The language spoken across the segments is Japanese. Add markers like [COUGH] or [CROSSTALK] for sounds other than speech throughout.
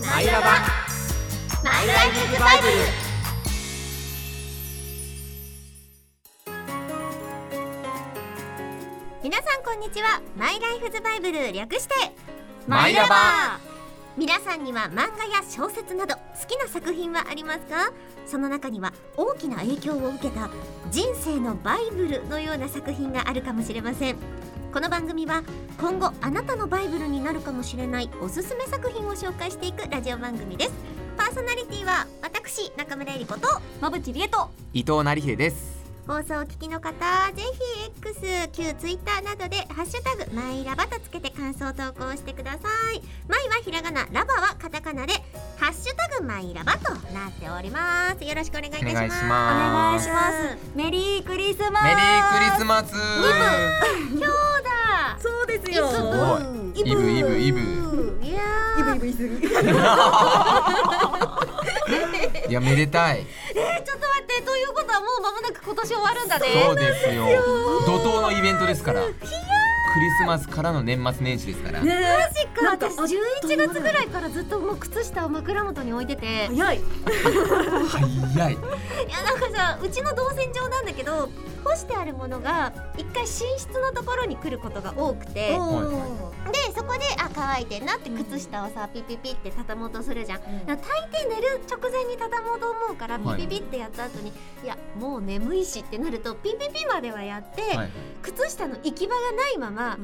マイラバマイライフズバイブル皆さんこんにちはマイライフズバイブル略してマイラバ皆さんには漫画や小説など好きな作品はありますかその中には大きな影響を受けた人生のバイブルのような作品があるかもしれませんこの番組は今後あなたのバイブルになるかもしれないおすすめ作品を紹介していくラジオ番組ですパーソナリティは私中村えり子とまぶちりえと伊藤成秀です放送を聞きの方ぜひ X 旧 Twitter などで「ハッシュタグマイラバ」とつけて感想投稿してくださいマイはひらがなラバはカタカナで「ハッシュタグマイラバ」となっておりますよろしくお願いいたしますお願いしお願まいすしますメリークリスマスメリークリスマス今日だそうですよイブイブイブいやブーイブイするいやめでたいえちょっと待ってということはもう間もなく今年終わるんだねそうですよ怒涛のイベントですからクリスマスからの年末年始ですからねえマジか私なんかあ11月ぐらいからずっともう靴下を枕元に置いてて早い早いいやなんかさうちの動線上なんだけど干してあるものが一回寝室のところに来ることが多くてではいそこであ乾いてんなって靴下をさピピピって畳もうとするじゃん。うんだから大抵寝る直前に畳もうと思うからピはいピピってやった後に、い、やもう眠いしってなるとピピピまではやって、はい靴下の行き場がないまま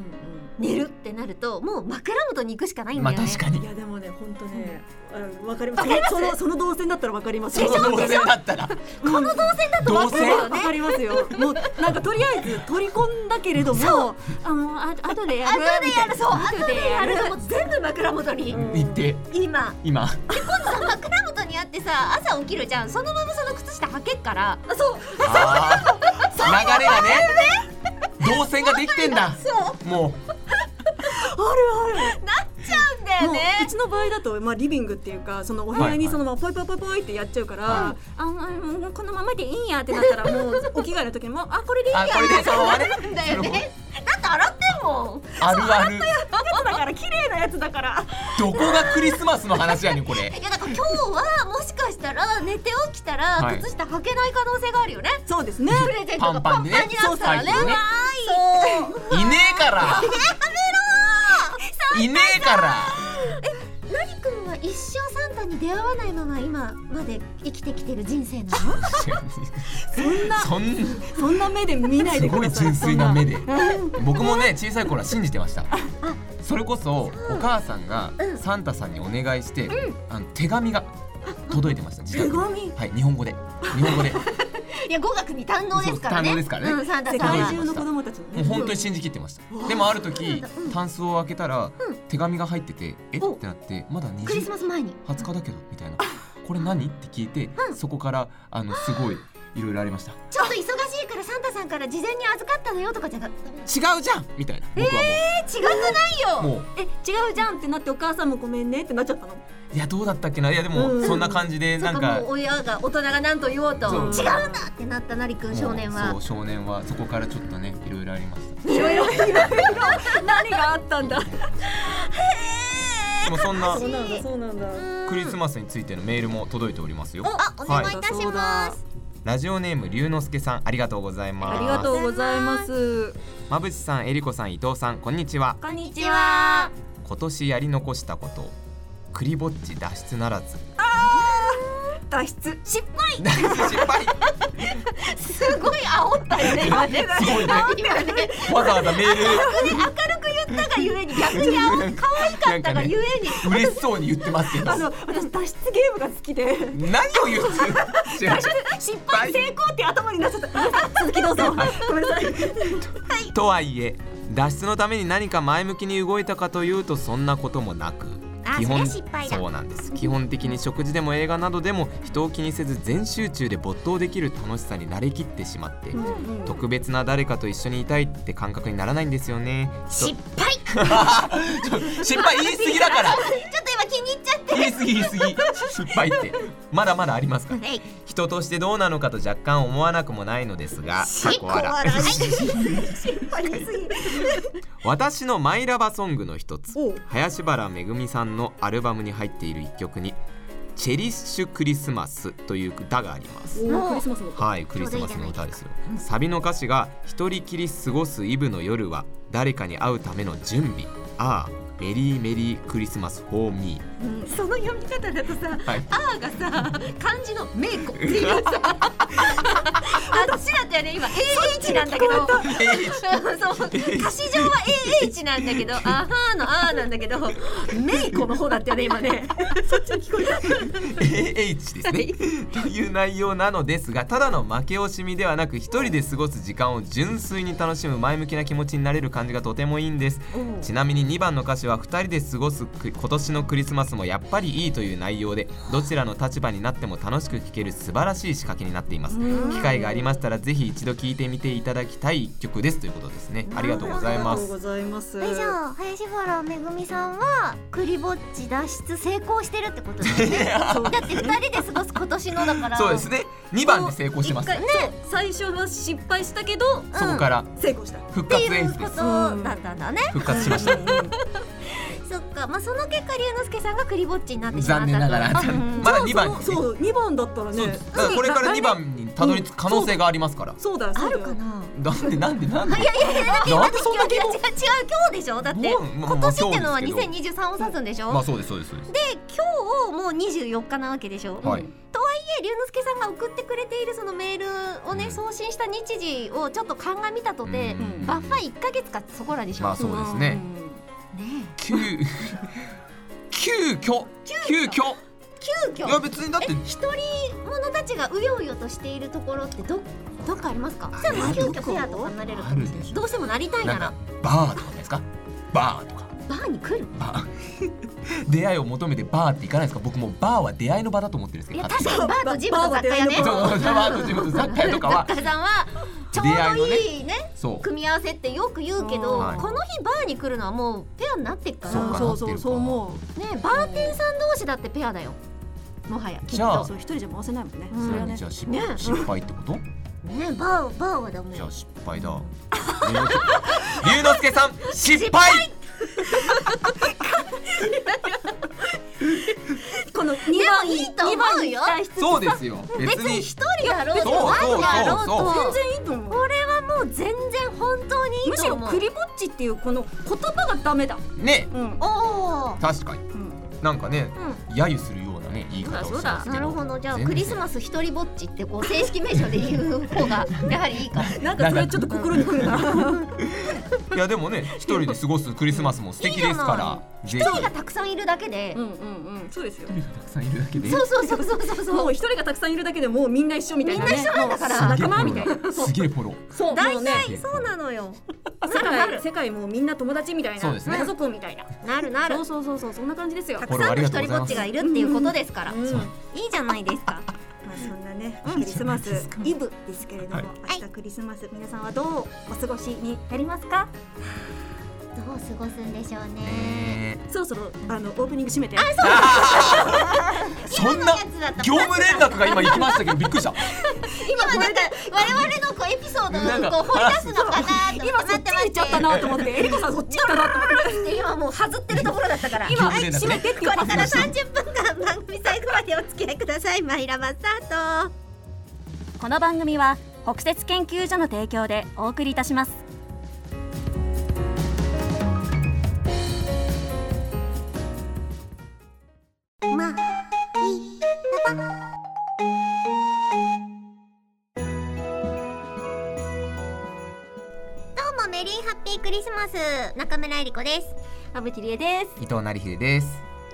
寝るってなるともう枕元に行くしかないんまだあよね。確かにいやでもね本当ねあのわかりますそのその動線だったらわかりますこの動線だったらこの動線だとわわかかるるよわかりますよもうなんかとりあえず取り込んだけれどもあのあ後でやる後でやるそう後後ででややるるもう全部枕元に、うん行って今今さ枕元にあってさ朝起きるじゃんそのままその靴下履けっからそうあー流れがね動線ができてんだそうもあるあるなんだよもうねうちの場合だと、まあ、リビングっていうかそのお部屋はいはにいそのままポイポイポイポイってやっちゃうから、はあもうもうこのままでいいやってなったらもうお着替えの時にもうあこれでいいうやあこれでそのあれなんだよねだって洗ってんもんあるあるだから綺麗なやつだからどこがクリスマスの話やねんこれいやだから今日はもしかしたら寝て起きたはらい靴下履けない可能性があるよねそうですねプレゼントがパパンパンンでパンになったらねそうそうわーねいそういねえからいねえからなにくんは一生サンタに出会わないまま今まで生きてきてる人生なのそんなそんそんな目で見ないすでくごいださい純粋な目でそんな [LAUGHS] うん僕もね小さい頃は信じてましたそれこそお母さんがサンタさんにお願いして、あの手紙が届いてました自宅手に紙はい日本語で日本語でいや語学に堪能ですからねそう堪能ですからねうん、サンタ世さん界は中の子供たちのもうね本当に信じきってましたでもある時タンスを開けたらうん手紙が入っててえっおてなってまだ20クリスマス前に20日だけどみたいなこれ何って聞いてうんそこからあのすごいいろいろありましたちょっと忙しいからサンタさんから事前に預かったのよとかじゃなくえ違うじゃんみたいな僕は違くないよもう,、もうえ違うじゃんってなってお母さんもごめんねってなっちゃったのいやどうだったっけないやでもうんそんな感じでそなっんかかもう親が大人が何と言おうとそう違うんだってなったなりくん少年はそう少年はそこからちょっとねいろいろありましたいろいろいろいろ何があったんだでもそんなそうなんだそうなんだクリスマスについてのメールも届いておりますよあお願いいたします、ラジオネーム龍之介さんありがとうございますありがとうございますまぶちさんえりこさん伊藤さんこんにちはこんにこんにちは今年やり残したことクリぼっち脱出な [LAUGHS] らず脱出失敗失敗すごい煽ったよね今ねすごいね今ねわざわざメー明るく言ったがゆえに逆に煽可愛かったがゆえにル嬉しそうに言ってますけどあの私脱出ゲームが好きで何を言ってる失敗成功って頭になっちゃったごめんなさい続きどう [LAUGHS] ぞごめんなさいとはいえ脱出のために何か前向きに動いたかというとそんなこともなくあそりゃ失敗だそうなんです基本的に食事でも映画などでも人を気にせず全集中で没頭できる楽しさに慣れきってしまって、特別な誰かと一緒にいたいって感覚にならないんですよね失敗ちょっ失敗言い過ぎだからと今気に入っちゃって言い過ぎ言い過ぎ失敗ってまだまだありますからはい一人としてどうなのかと若干思わなくもないのですがかっこ笑はい私のマイラバソングの一つおう林原めぐみさんのアルバムに入っている一曲に「チェリッシュクリスマス」という歌があります。おおクリスマスの歌はい、クリスマスの歌ですよ。サビの歌詞が「一人きり過ごすイブの夜は誰かに会うための準備」「ああメリーメリークリスマスフォーミーうんその読み方だとさ」はい、 「あ」がさ漢字の「めい [LAUGHS] こ」っていうさ私だってね今 AH なんだけどそう歌詞上は AH なんだけ [LAUGHS] ど「あはー」の「あー」なんだけど「めいこ」の方だったよね今ねそっちに聞こえた AH ですね。という内容なのですがただの負け惜しみではなく一人で過ごす時間を純粋に楽しむ前向きな気持ちになれる感じがとてもいいんです。ちなみに2番の歌詞は2人で過ごすく今年のクリスマスもやっぱりいいという内容でどちらの立場になっても楽しく聴ける素晴らしい仕掛けになっています。機会がありましたらぜひ一度聴いてみていただきたい一曲ですということですね。ありがとうございまありがとうごす。ざいますえじゃあ林原めぐみさんはクリぼっち脱出成功してるってことだよねだって二人で過ごす今年のだからそうですね。2番で成功してます。一回そう最初は失敗したけどそこから成功した復って活い演うこ出でとす。だったんだね復活し [LAUGHS] ました。そっかまあその結果龍之介さんがクリぼっちになってしまった残念ながらとうんまだ2番にねそうそう二番だったらそうねですだからこれから2番にたどり着く可能性がありますから。そうだよそあうだるよかななんでなんでなんで。いやいやいやなんでそんな今日疑違う違う問。今日でしょだってもうまあまあ今年ってのは今日で2023を指すんでしょ、まあそうですそうですそうです。で今日もう24日なわけでしょ、はい。とはいえ龍之介さんが送ってくれているそのメールをね、うん送信した日時をちょっと鑑みたとて、うんバッファ1か月かそこらでしょ、まあそうですねんね急急遽急遽え急いや遽別にだって一人者たちがうようよとしているところってどどっかありますかそれも急遽ペアとかなれるかあるでしどうしてもなりたいょななんらかバーとかですかバーとかバーに来るバー出会いを求めてバーって行かないですか僕もうバーは出会いの場だと思ってるんですけいどや確かにバーとジムと雑貨屋ねバーそうそうバーとジムと雑貨屋とかは雑貨屋さんはちょうどいいねそう組み合わせってよく言うけど、はいこの日バーに来るのはもうペアになってっかそうらかそうそうそう思ねバーテンさん同士だってペアだよもはやうじゃきっとあそう一人じゃ回せないもんね、うんそれはねじゃあ失ね敗失敗ってことねバーバーはダメじゃあ失敗だ龍之介さん失敗この2番番にに二番に対してそうですよ別別にに一人だろうとそうワそうンだろうとそ全う然いいと思うこれはもう全然本当にいいむしとろ思うクリぼっちっていうこの言葉がダメだねうん、うん、おお確かになんかね揶揄するようなね言い方をしてますけどなるほどじゃあ全ク然リスマス一人ぼっちってこう正式名称で言う方がやはりいいかなんかそれちょっと心にくるないやでもね一人で過ごすクリスマスも素敵ですから一一人がたくさんいるだけで、うんうんうんそうですよたくさんいるだけでそうそうそうそうそうもそうう一人がたくさんいるだけでもうみんな一緒みたいなねみんな一緒なんだからもうす仲げえフォ間ロみたいなーすげえフォローそう大もうね体そうなのよ世界世界もうみんな友達みたいなそうですね家族みたいななるなるそうそうそうそうそんな感じですよたフォくローさあんりの一人ぼがとうございまっすちがいるっていうことですから、うんそういいじゃないですかまあそんなね、クリスマスイブですけれども、はいはい明日クリスマス皆さんはどうお過ごしになりますか？どう過ごすんでしょうねねそろそろあのオープニング閉めてえそん今なのやつだった業務連絡が今行きましたけどびっくりした今なんか我々のこうエピソードをこう掘り出すのかなと思今っそて待っっちて行待っっちゃったなと思 [LAUGHS] ってえりこさんそっち行ったなと思ってて今もうはずってるところだったから業今務連絡閉めてって言っこたれから30分間番組最後までお付き合いくださいマイラバスタートこの番組は北節研究所の提供でお送りいたします。まあどうもメリーハッピークリスマス中村えり子です阿部キリエです。伊藤成秀です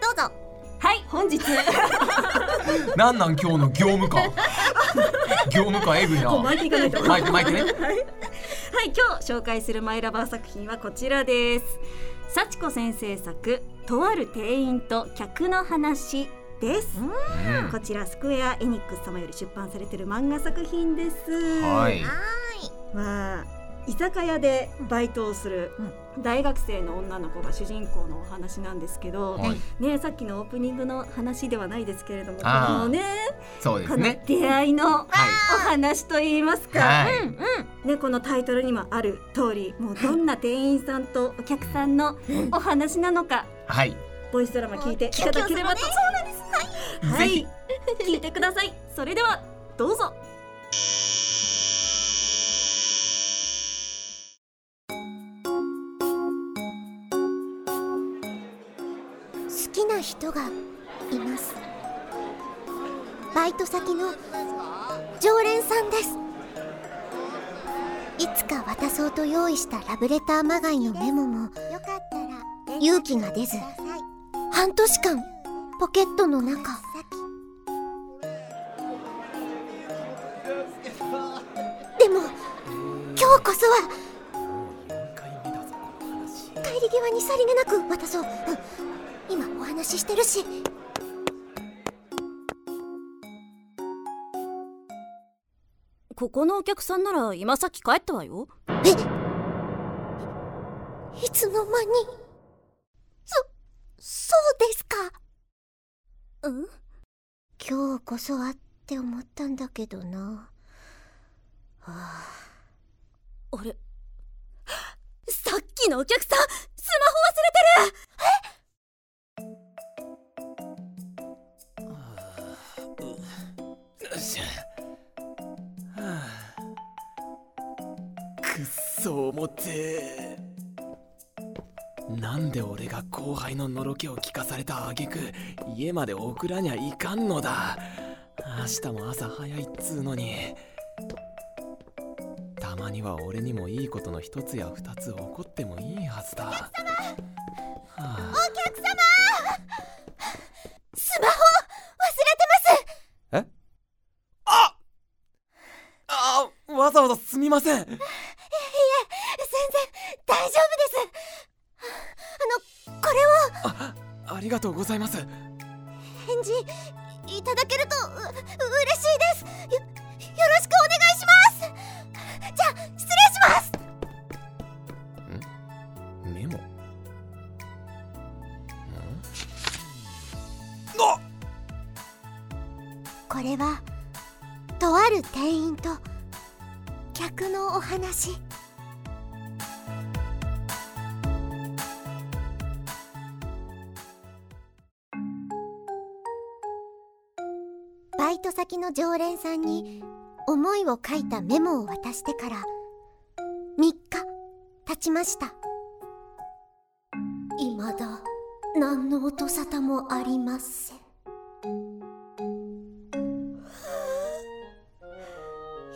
どうぞはい、本 [LAUGHS] 日なんなん今日の業務官業務官エグいなこう巻いていかないと巻いて巻いてねはい、今日紹介するマイラバー作品はこちらです。幸子先生作、とある店員と客の話です。うんこちらスクエアエニックス様より出版されている漫画作品です。はいあまあ居酒屋でバイトをする、大学生の女の子が主人公のお話なんですけど、はい、ね、さっきのオープニングの話ではないですけれどもこあーのねそうでこすのね。出会いのおはい。話といいますか、はいうんうんね、このタイトルにもある通りもうどんな店員さんとお客さんのお話なのかはい。ボイスドラマ聞いていただければとそうなんですはぜい、聞いてください。それではどうぞ。好きな人がいますバイト先の常連さんですいつか渡そうと用意したラブレターまがいのメモも勇気が出ず半年間ポケットの中でも今日こそは帰り際にさりげなく渡そう、うん、今お話ししてるしここのお客さんなら今さっき帰ったわよ。えいつの間にそそうですかん今日こそはって思ったんだけどなあれ、さっきのお客さん、スよっしゃはあくっそ重てえなんで俺が後輩ののろけを聞かされた挙句家まで送らにゃいかんのだ明日も朝早いっつうのにたまには俺にもいいことの一つや二つ起こってもいいはずだお客様、はあ、スマホ忘れてますああわざわざすみません全然大丈夫ですあのこれをあありがとうございます返事いただけるとう嬉しいですよよろしくお願いしますじゃあ失礼しますメモんこれはとある店員と客のお話バイト先の常連さんに思いを書いたメモを渡してから3日経ちましたいまだ何の音沙汰もありませんやっぱり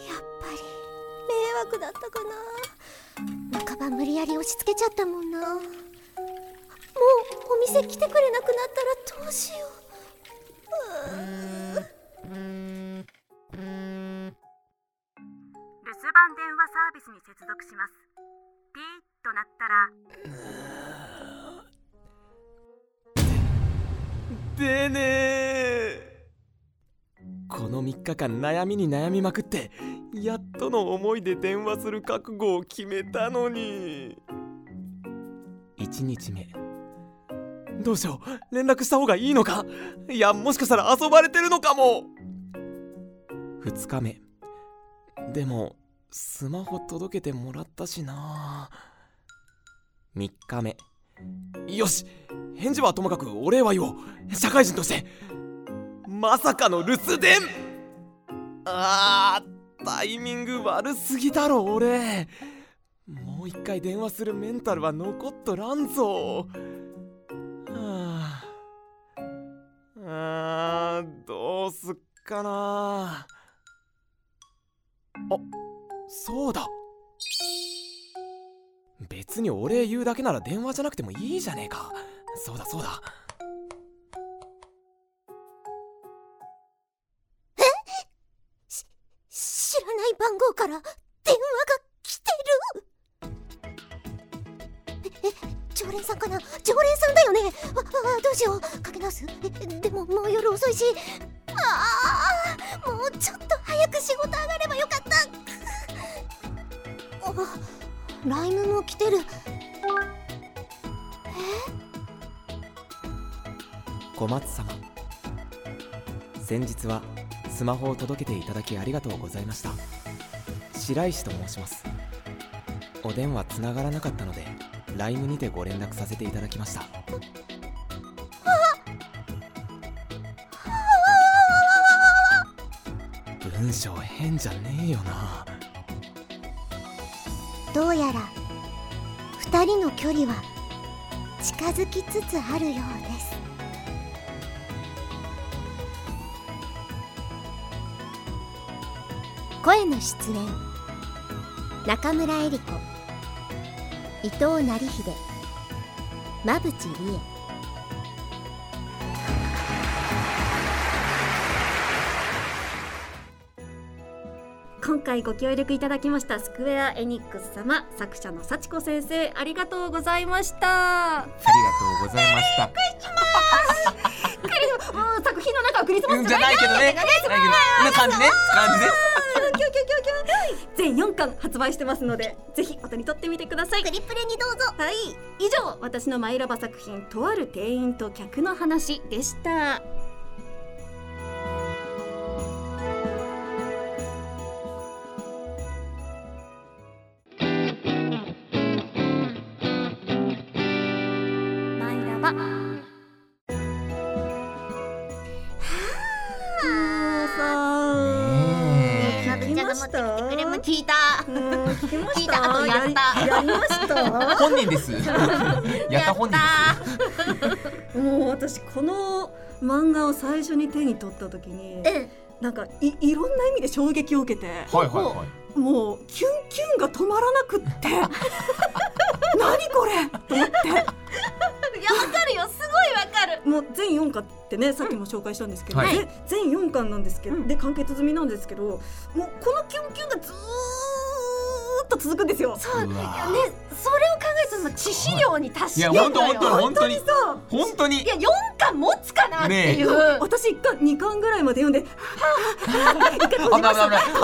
迷惑だったかな半ば無理やり押し付けちゃったもんなもうお店来てくれなくなったらどうしよ留守番電話サービスに接続します。ピーッとなったらでねえこの3日間悩みに悩みまくってやっとの思いで電話する覚悟を決めたのに1日目どうしよう連絡した方がいいのかいやもしかしたら遊ばれてるのかも2日目でもスマホ届けてもらったしな3日目よし返事はともかくお礼は言おう社会人としてまさかの留守電あータイミング悪すぎだろ俺もう一回電話するメンタルは残っとらんぞはああーどうすっかなあそうだ別にお礼言うだけなら電話じゃなくてもいいじゃねえかそうだそうだう知らない番号から電話が来てるええ常連さんかな常連さんだよねああどうしようかけ直すえでももう夜遅いしああもうちょっと早く仕事上がればよかったくっあライムも来てる小松様先日はスマホを届けていただきありがとうございました白石と申しますお電話つながらなかったので LINE にてご連絡させていただきました文章変じゃねえよなどうやら2人の距離は近づきつつあるようです声の出演中村江里子伊藤成秀馬淵理恵今回ご協力いただきましたスクエアエニックス様作者の幸子先生ありがとうございましたとうございましたクリスもう作品の中はクリスマうスんじじゃゃないないけどねないけどな感じね感じねキュキュキュキュ全4巻発売してますのでぜひお手に取ってみてくださいクリプレにどうぞはい以上私のマイラバ作品とある店員と客の話でしたマイラバもうねえまぶちゃんが持ってきてくれま聞いた聞きま聞いた後やったやりました本人です [LAUGHS] やった本人ですもう私この漫画を最初に手に取った時にうんなんかいいろんな意味で衝撃を受けてはいはいはいもうキュンキュンが止まらなくって何これと思っていやわかるよすごいわかるもう全4巻ってねさっきも紹介したんですけど、はいで全4巻なんですけど、うんで完結済みなんですけどもうこのキュンキュンがずーっと続くんですよ。そううねわそれを考えるとさ致死量に達いしてやんだよ本当本当本当にさ本当にいや四巻持つかなっていう、私一巻2巻ぐらいまで読んで危ない危ない危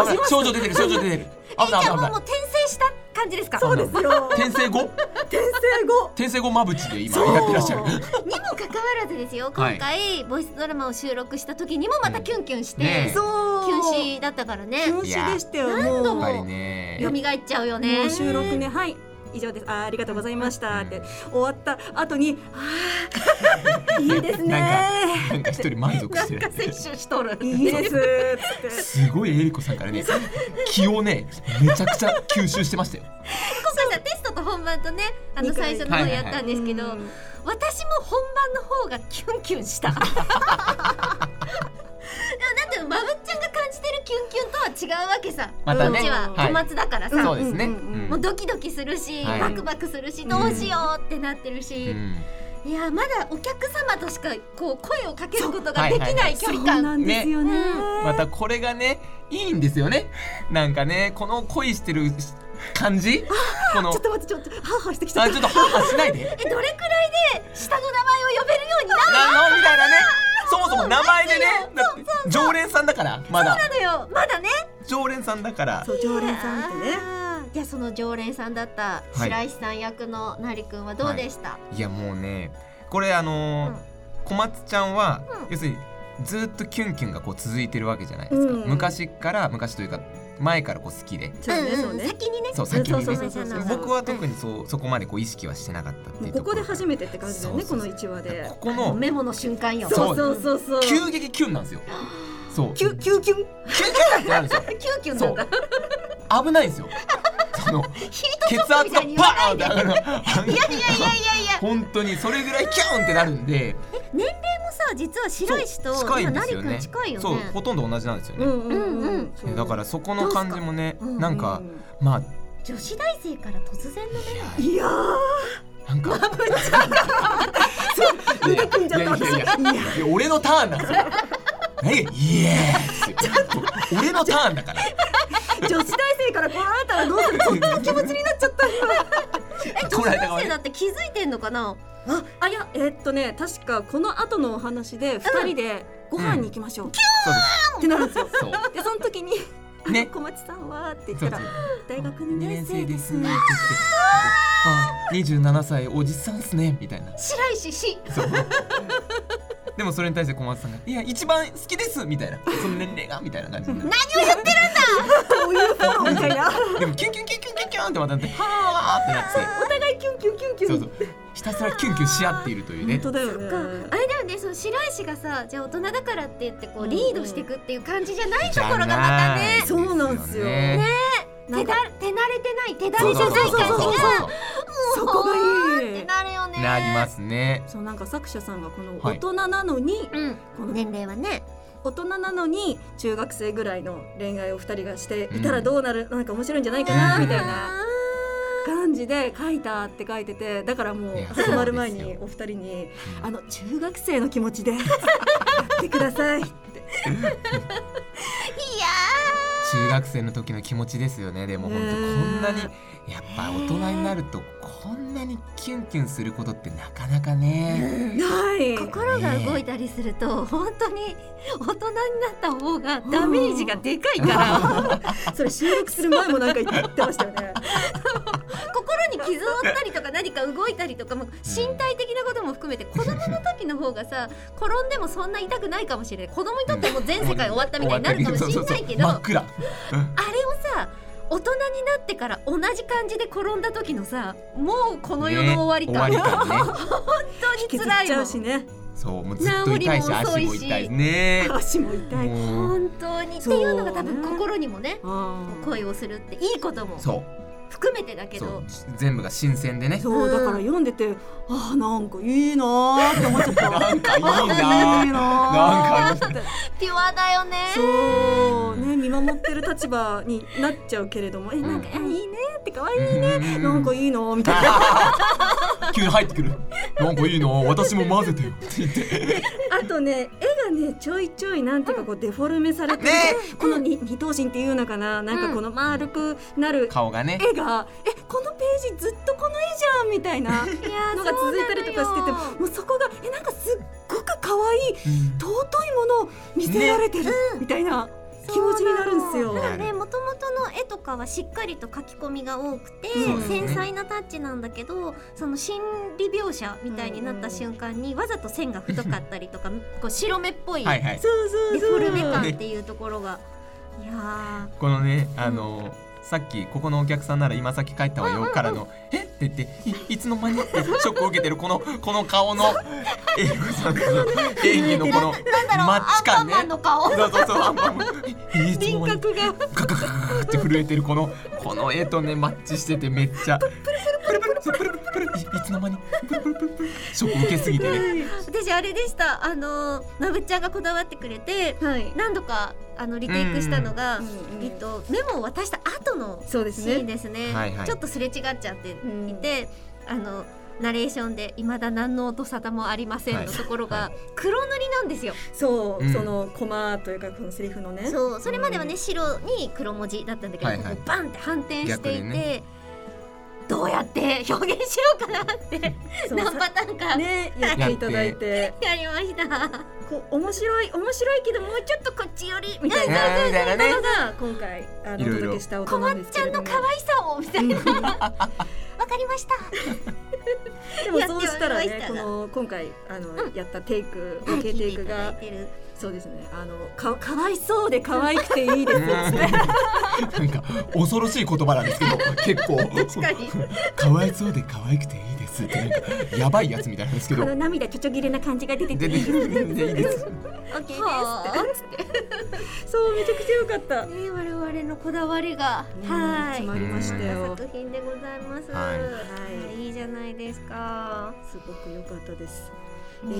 ない症状出てる症状出てる危ないじ危ゃあないも危うもなう転生した感じですかそうですすよい転生後転生後転生後まぶちで今やってらっしゃるにもかかわらずですよは今い回、ボイスドラマを収録した時にもまたキュンキュンして、ねそうキュンシーだったからね禁止でしたよいやも何う度やっもぱりね蘇っちゃうよねもう収録ねはい以上ですあーありがとうございましたって終わった後にあーいいですねなんか一人満足してなんるか摂取しとるいいですっつってすごいエリコさんからね気をねめちゃくちゃ吸収してましたよ今回さテストと本番とねあの二最回初の方やったんですけど、うん私も本番の方がキュンキュン [LAUGHS] したでもなんていうのまぶっちゃんが感じてるキュンキュンとは違うわけさ、またねこっちははい小松だからさ、そうですねうんうんうんうんもうドキドキするし、はいバクバクするしどうしようってなってるし、いやまだお客様としかこう声をかけることができない距離そう感、なんですよねねまたこれがねいいんですよねなんかねこの恋してる感じこのちょっと待ってちょっとハーハーしてきちゃあっちょたっとハーハーしないでえどれくらいで下の名前を呼べるようにななのみたいなねそもそも名前でねだって常連さんだからまだるのよまだね常連さんだからそう常連さんってねあーじゃあその常連さんだった白石さん役のなりくんはどうでした、いやもうねこれあのーうん小松ちゃんは、うん要するにずっとキュンキュンがこう続いてるわけじゃないですか、うん昔から昔というか前からこう好きでそうねそうね先にねそう先にねそうそうそうそう僕は特にそうそこまでこう意識はしてなかったってもいううとここころで初めてって感じだよねそうそうこの一話でここのメモの瞬間よそそううそうそうそう急激キュンなんですよそうキュキュキキュュンンキュンってなるんですよキュンキュンそなんうだ危ないんですよそのヒート血ショ圧ッがクみたいに言わないバーンって上がるいやいやいやいや本当にそれぐらいキュンってなるんでさ実は白石とそう近いん今でなすりよくねん近いよねそうほとんど同じなんですようね、んううんんううんんそうだからそこの感じもねどうすかなんか、まあ女子大生から突然のねいやーなんかいや腕組んじゃったいや私いやいやいや俺のターンなんですよ何がイエーイですよ俺のターンだから女子大生から来られたらどうするとっても気持ちになっちゃったえ女 [LAUGHS] こ子れだから大生だって気づいてんのかなあ、あいや、えーっとね、確かこの後のお話で二人でご飯に行きましょう、そうってなるんですよ。ですそうで、その時にあのね小町さんはって言っそたうそうら大学二2年生ですって言ってあ27歳おじさんっすねみたいな白石しそうでもそれに対して小松さんが「いや一番好きです」みたいな「その年齢が」みたいな感じになるこういうフォローみたいなでもキュンキュンキュンキュンキュンキュンってまたなって「はーってなっお互いキュンキュンキュンてキそュうンそうひたすらキュンキュンし合っているという本ね当だよあねれだよねその白石がさじゃあ大人だからって言ってこううんリードしていくっていう感じじゃないじとこゃろがまたないねですよそうなんですよね手だ手慣れてない手慣それうそうてないそう感じそうがそうそこがっいていなるよねなりますねそうなんか作者さんがこのはい大人なのに、うんこの年齢はね大人なのに中学生ぐらいの恋愛を二人がしていたらどうなる、なんか面白いんじゃないかなうんみたいな感じで書いたって書いててだからもういや始まる前そうですによお二人にう「んあの中学生の気持ちでやってください」って中学生の時の気持ちですよねでも本当こんなにねやっぱ大人になるとこんなにキュンキュンすることってなかなかねな [LAUGHS] い心が動いたりすると本当に大人になった方がダメージがでかいからそれ収録する前もなんか言ってましたよね。心に傷を負ったりとか何か動いたりとかもう身体的なことも含めて子供の時の方がさ転んでもそんな痛くないかもしれない子供にとってもう全世界終わったみたいになる [LAUGHS] かもしれないけど真あっ暗れをさ大人になってから同じ感じで転んだ時のさもうこの世の終わりね、か、終わり感ね本当に削っ辛いちゃもうしんねそうもうずっと痛いし治りも遅足いしも痛いね足も痛い。もう本当にっていうのが多分心にもねうん恋をするっていいこともそう含めてだけそどう全部が新鮮でねそうだから読んでてあーなんかいいなーって思っちゃった。なんかいい [LAUGHS] なあーいいなーなんかいいって。ピュアだよねそうね見守ってる立場になっちゃうけれども、えなんかあいいねって可愛いね、なんかいいいのみたいな。 [LAUGHS] 急に入ってくるなんかいいな私も混ぜてよって言ってあとね絵がねちょいちょいなんていうかこうデフォルメされてて、ねこのに二等身っていうのかななんかこの丸くなる顔がね絵が、えこのページずっとこの絵じゃんみたいないやのが続いたりとかしててそうなのよもうそこがえなんかすっごく可愛い尊いものを見せられてる、みたいな気持ちになるんですよ。ただねもともとの絵とかはしっかりと描き込みが多くて、そうですね繊細なタッチなんだけどその心理描写みたいになった瞬間にわざと線が太かったりとか [LAUGHS] こう白目っぽいはいデはいそうそうフそォうルメ感っていうところが。いやこのねあのさっきここのお客さんなら今さっき帰ったわよからの「えっ?」て言ってい「いつの間に?」ってショックを受けてるこのこの顔の英語さんの演技のこのマッチ感ねマンの顔そうそうそうアンパンマンえいつの間に輪郭がカカカカカって震えてるこのこの絵とねマッチしててめっちゃプルプルプルプルプルプルいいつの間にプルプルプルプルショック受けすぎてね私あれでしたあのまぶっちゃんがこだわってくれてはい。何度かあのリテイクしたのが、うんうんえっと、メモを渡した後のそうですシーンね。ですね、はいはいちょっとすれ違っちゃっていて、あのナレーションで「いまだ何の音沙汰もありませはん」いのところはが黒塗りなんですよ。そう、うんそのコマというかこのセリフのね。そうそれまではね白に黒文字だったんだけど、はいはこいこバンって反転していて、逆にねどうやって表現しようかなってそう何パターンかさねやっていただいて、やりました。こう面白い面白いけどもうちょっとこっち寄りみたいみなたいなねのが今回あのいろいろお届けしたこ音まなっんですちけゃれんどのも。可愛さをみたいな。わかりま [LAUGHS] した。でもそうしたらやってねおりましこたがの今回あの、やったテイクロケテイクが聞いていただいてるそうですねあのかかわいそうで可愛くてい [LAUGHS] いです。なんか恐ろしい言葉なんですけど結構確 [LAUGHS] かにかわいそうで可愛くていいですってなんかやばいやつみたいなんですけこどの涙ちょちょぎれな感じが出て全然ていいいいですオッケーです。はあそうめちゃくちゃ良かった。ねえ我々のこだわりが、は、はいい詰まりましたよ。作品でございます。ははいい、はいい、いじゃないですか。すごく良かったです。えね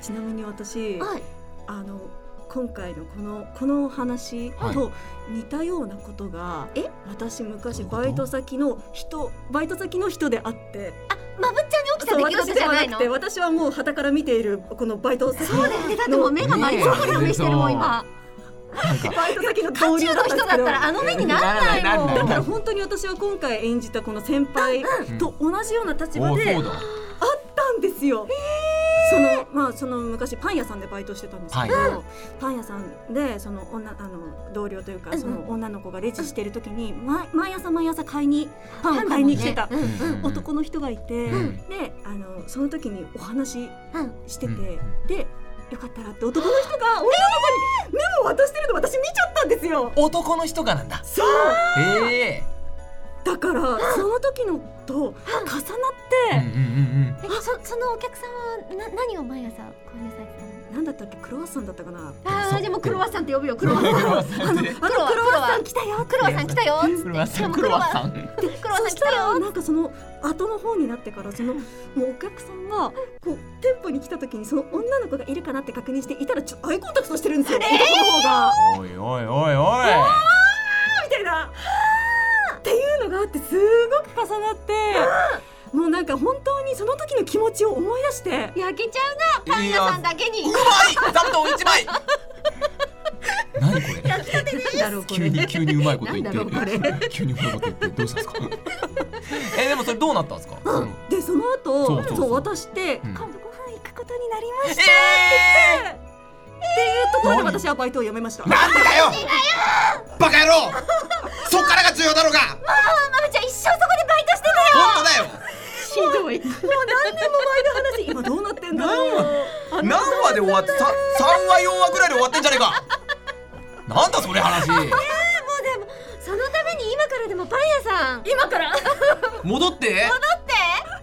ーちなみに私、はいあの今回のこのこのお話はいと似たようなことが、え私どうい昔うことバイト先の人バイト先の人であって、まぶっちゃんに起きたそう出来私事でじゃはなないのくて私はもう傍から見ているこのバイト先のでだってもう目がマリコフラムしてるもんねえ今なんかバイト先の甲同僚冑のだ人ったんですだったけど。らあの目になんないもんならないならだなかいら本当に私は今回演じたこの先輩うんと同じような立お場おでそあうっだたんですよ。まあその昔パン屋さんでバイトしてたんですけど、パン屋さんでその女あの同僚というかその女の子がレジしてる時に、ま、毎朝毎朝買いにパンを買いに来てたうんうん男の人がいて、うんであのその時にお話しうんしてて、うんでよかったらって男の人が女の子にメモを渡してるの私見ちゃったんですよ男の人がなんだそうえだからその時のと重なええうんうんうんって、そそのお客さんはな何を毎朝購入されてたのなんだったっけクロワッサンだったかなあそあうーじゃあもうクロワッサンって呼ぶよクうロんワッサンあのあのクロワッサン来たよクロワッサン来たよクロワッサンククロロワワッッササンクロワッサそンし来たたらよなんかその後の方になってからそのもうお客さんがこう店舗に来た時にその女の子がいるかなって確認していたらちょっとアイコンタクトしてるんですよ、男の方がおいおいおいおいみたいなっていうのがあってすごく重なってもうなんか本当にその時の気持ちを思い出して焼けちゃうなパンい屋やさんだけにうまい座布団一枚何これなんだろうこ [LAUGHS] 急れに急にうまいこと言っなんだろて急にうまいこと言ってどうしたんですかえでもそれどうなったんですかそのでそのそ後そううそうそう渡して、うん今度ご飯行くことになりました、えっていうところで私はバイトを辞めましたなんでだよバカ野郎そっからが重要だろうがあじゃあ一生そこでバイトしてたよ本当だよひどい何年も前の話今どうなってんだろう何話で終わってさ3話4話ぐらいで終わってんじゃねえかなんだそれ話そのために今からでもパン屋さん今から戻って戻っ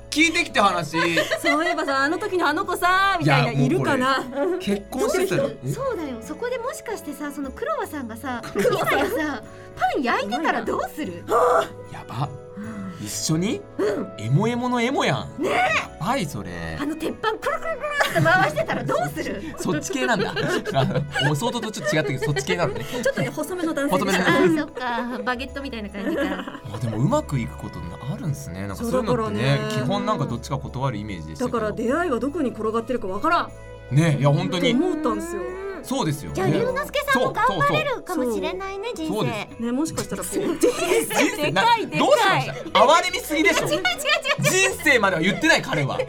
て聞いてきて話そういえばさあの時のあの子さみたいないやもういるかな結婚してた [LAUGHS] よそうだよそこでもしかしてさそのクロワさんがさ今やさパン焼いてたらどうするやば一緒に、エモエモのエモやんねやばいそれあの鉄板クルクルクルって回してたらどうするそっち系なんだあの想像とちょっと違ったけどそっち系なのねちょっとね細めの男性細めのあーそっかバゲットみたいな感じかあでもうまくいくことあるんですねなんかそういうのってねそうだからね基本なんかどっちか断るイメージでしただけどから出会いはどこに転がってるかわからんねいや本当とに思ったんですよそうですよじゃあね龍之介さんも頑張れるかもしれないね人そうで生すねもしかしたらこう人生なでかいでかいどうしました哀れみすぎでしょ人生までは言ってない彼はだっ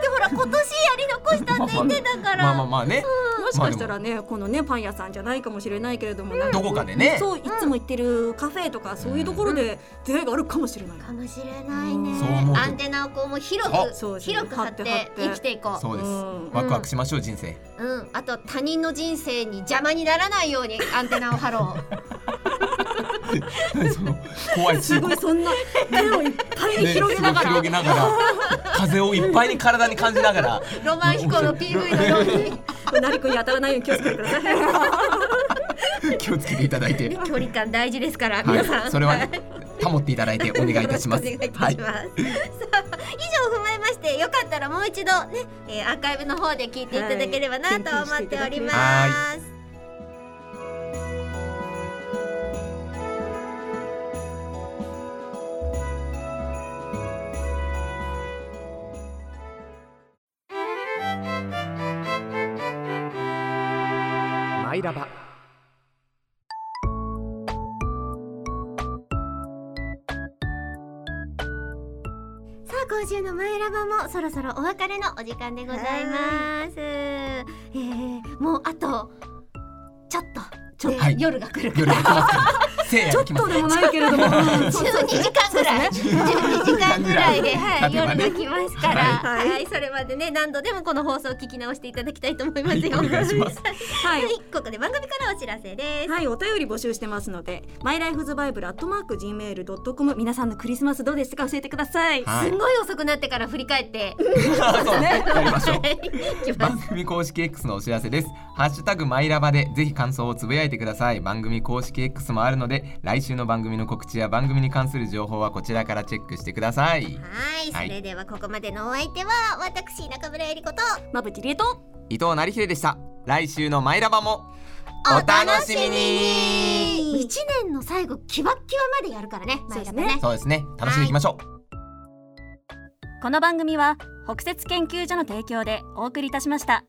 てほら今年やり残したって言ってたかまあまあらまあねもしかしたらね、このねパン屋さんじゃないかもしれないけれども、なんどこかでねそういつも行ってるカフェとかそういうところで出会いがあるかもしれない。かもしれないねそう思うとアンテナをこうもう広そうくですね広く張っ張ってて張って生きていこうそうですうんワクワクしましょう人生うんあと他人の人生に邪魔にならないよう [LAUGHS] にアンテナを張ろう何 [LAUGHS] その怖いすごいそんな手をいっぱいに広げながら、広げながら風をいっぱいに体に感じなが [LAUGHS] らロマン飛行の PV のようになりくんに当たらないように気をつけてください。気をつけていただいて、 [LAUGHS] 距離感大事ですから皆さん、はい、それはね保っていただいてお願いいたしますよろ [LAUGHS] しくお願はいいたいします。さあ以上を踏まえましてよかったらもう一度ね、えーアーカイブの方で聞いていただければなと思っております。はマイラバさあ今週のマイラバもそろそろお別れのお時間でございます。えー、もうあとちょっとちょっとはい夜が来るから夜が来ますからせいやちょがっ来ますとでもないけれども、うんそう12時間ぐらい、12時間ぐらいで、はだっい、てまあ夜ねが来ますから、は、はいいそれまでね、何度でもこの放送を聞き直していただきたいと思いますよ。はいお願いします [LAUGHS] ははいい。、ここで番組からお知らせです。はい、お便り募集してますので、マイライフズバイブルアットマーク gmail ドットコム皆さんのクリスマスどうでしたか教えてください。はすいんごい遅くなってから振り返って、 [LAUGHS] そうやりましょうはい、きます [LAUGHS] 番。組公式 X のお知らせですハッシュタグマイラバでぜひ感想をつぶやいてください番組公式 X もあるので来週の番組の告知や番組に関する情報はこちらからチェックしてくださいはい、そはいれではここまでのお相手は、私中村えり子と。まぶちりえと。伊藤成秀でした来週のマイラバもおお楽楽ししみみにに一年の最後、キワッキワまでやるからね、マイラバね。そうですね楽しんでいきましょう、この番組は北雪研究所の提供でお送りいたしました。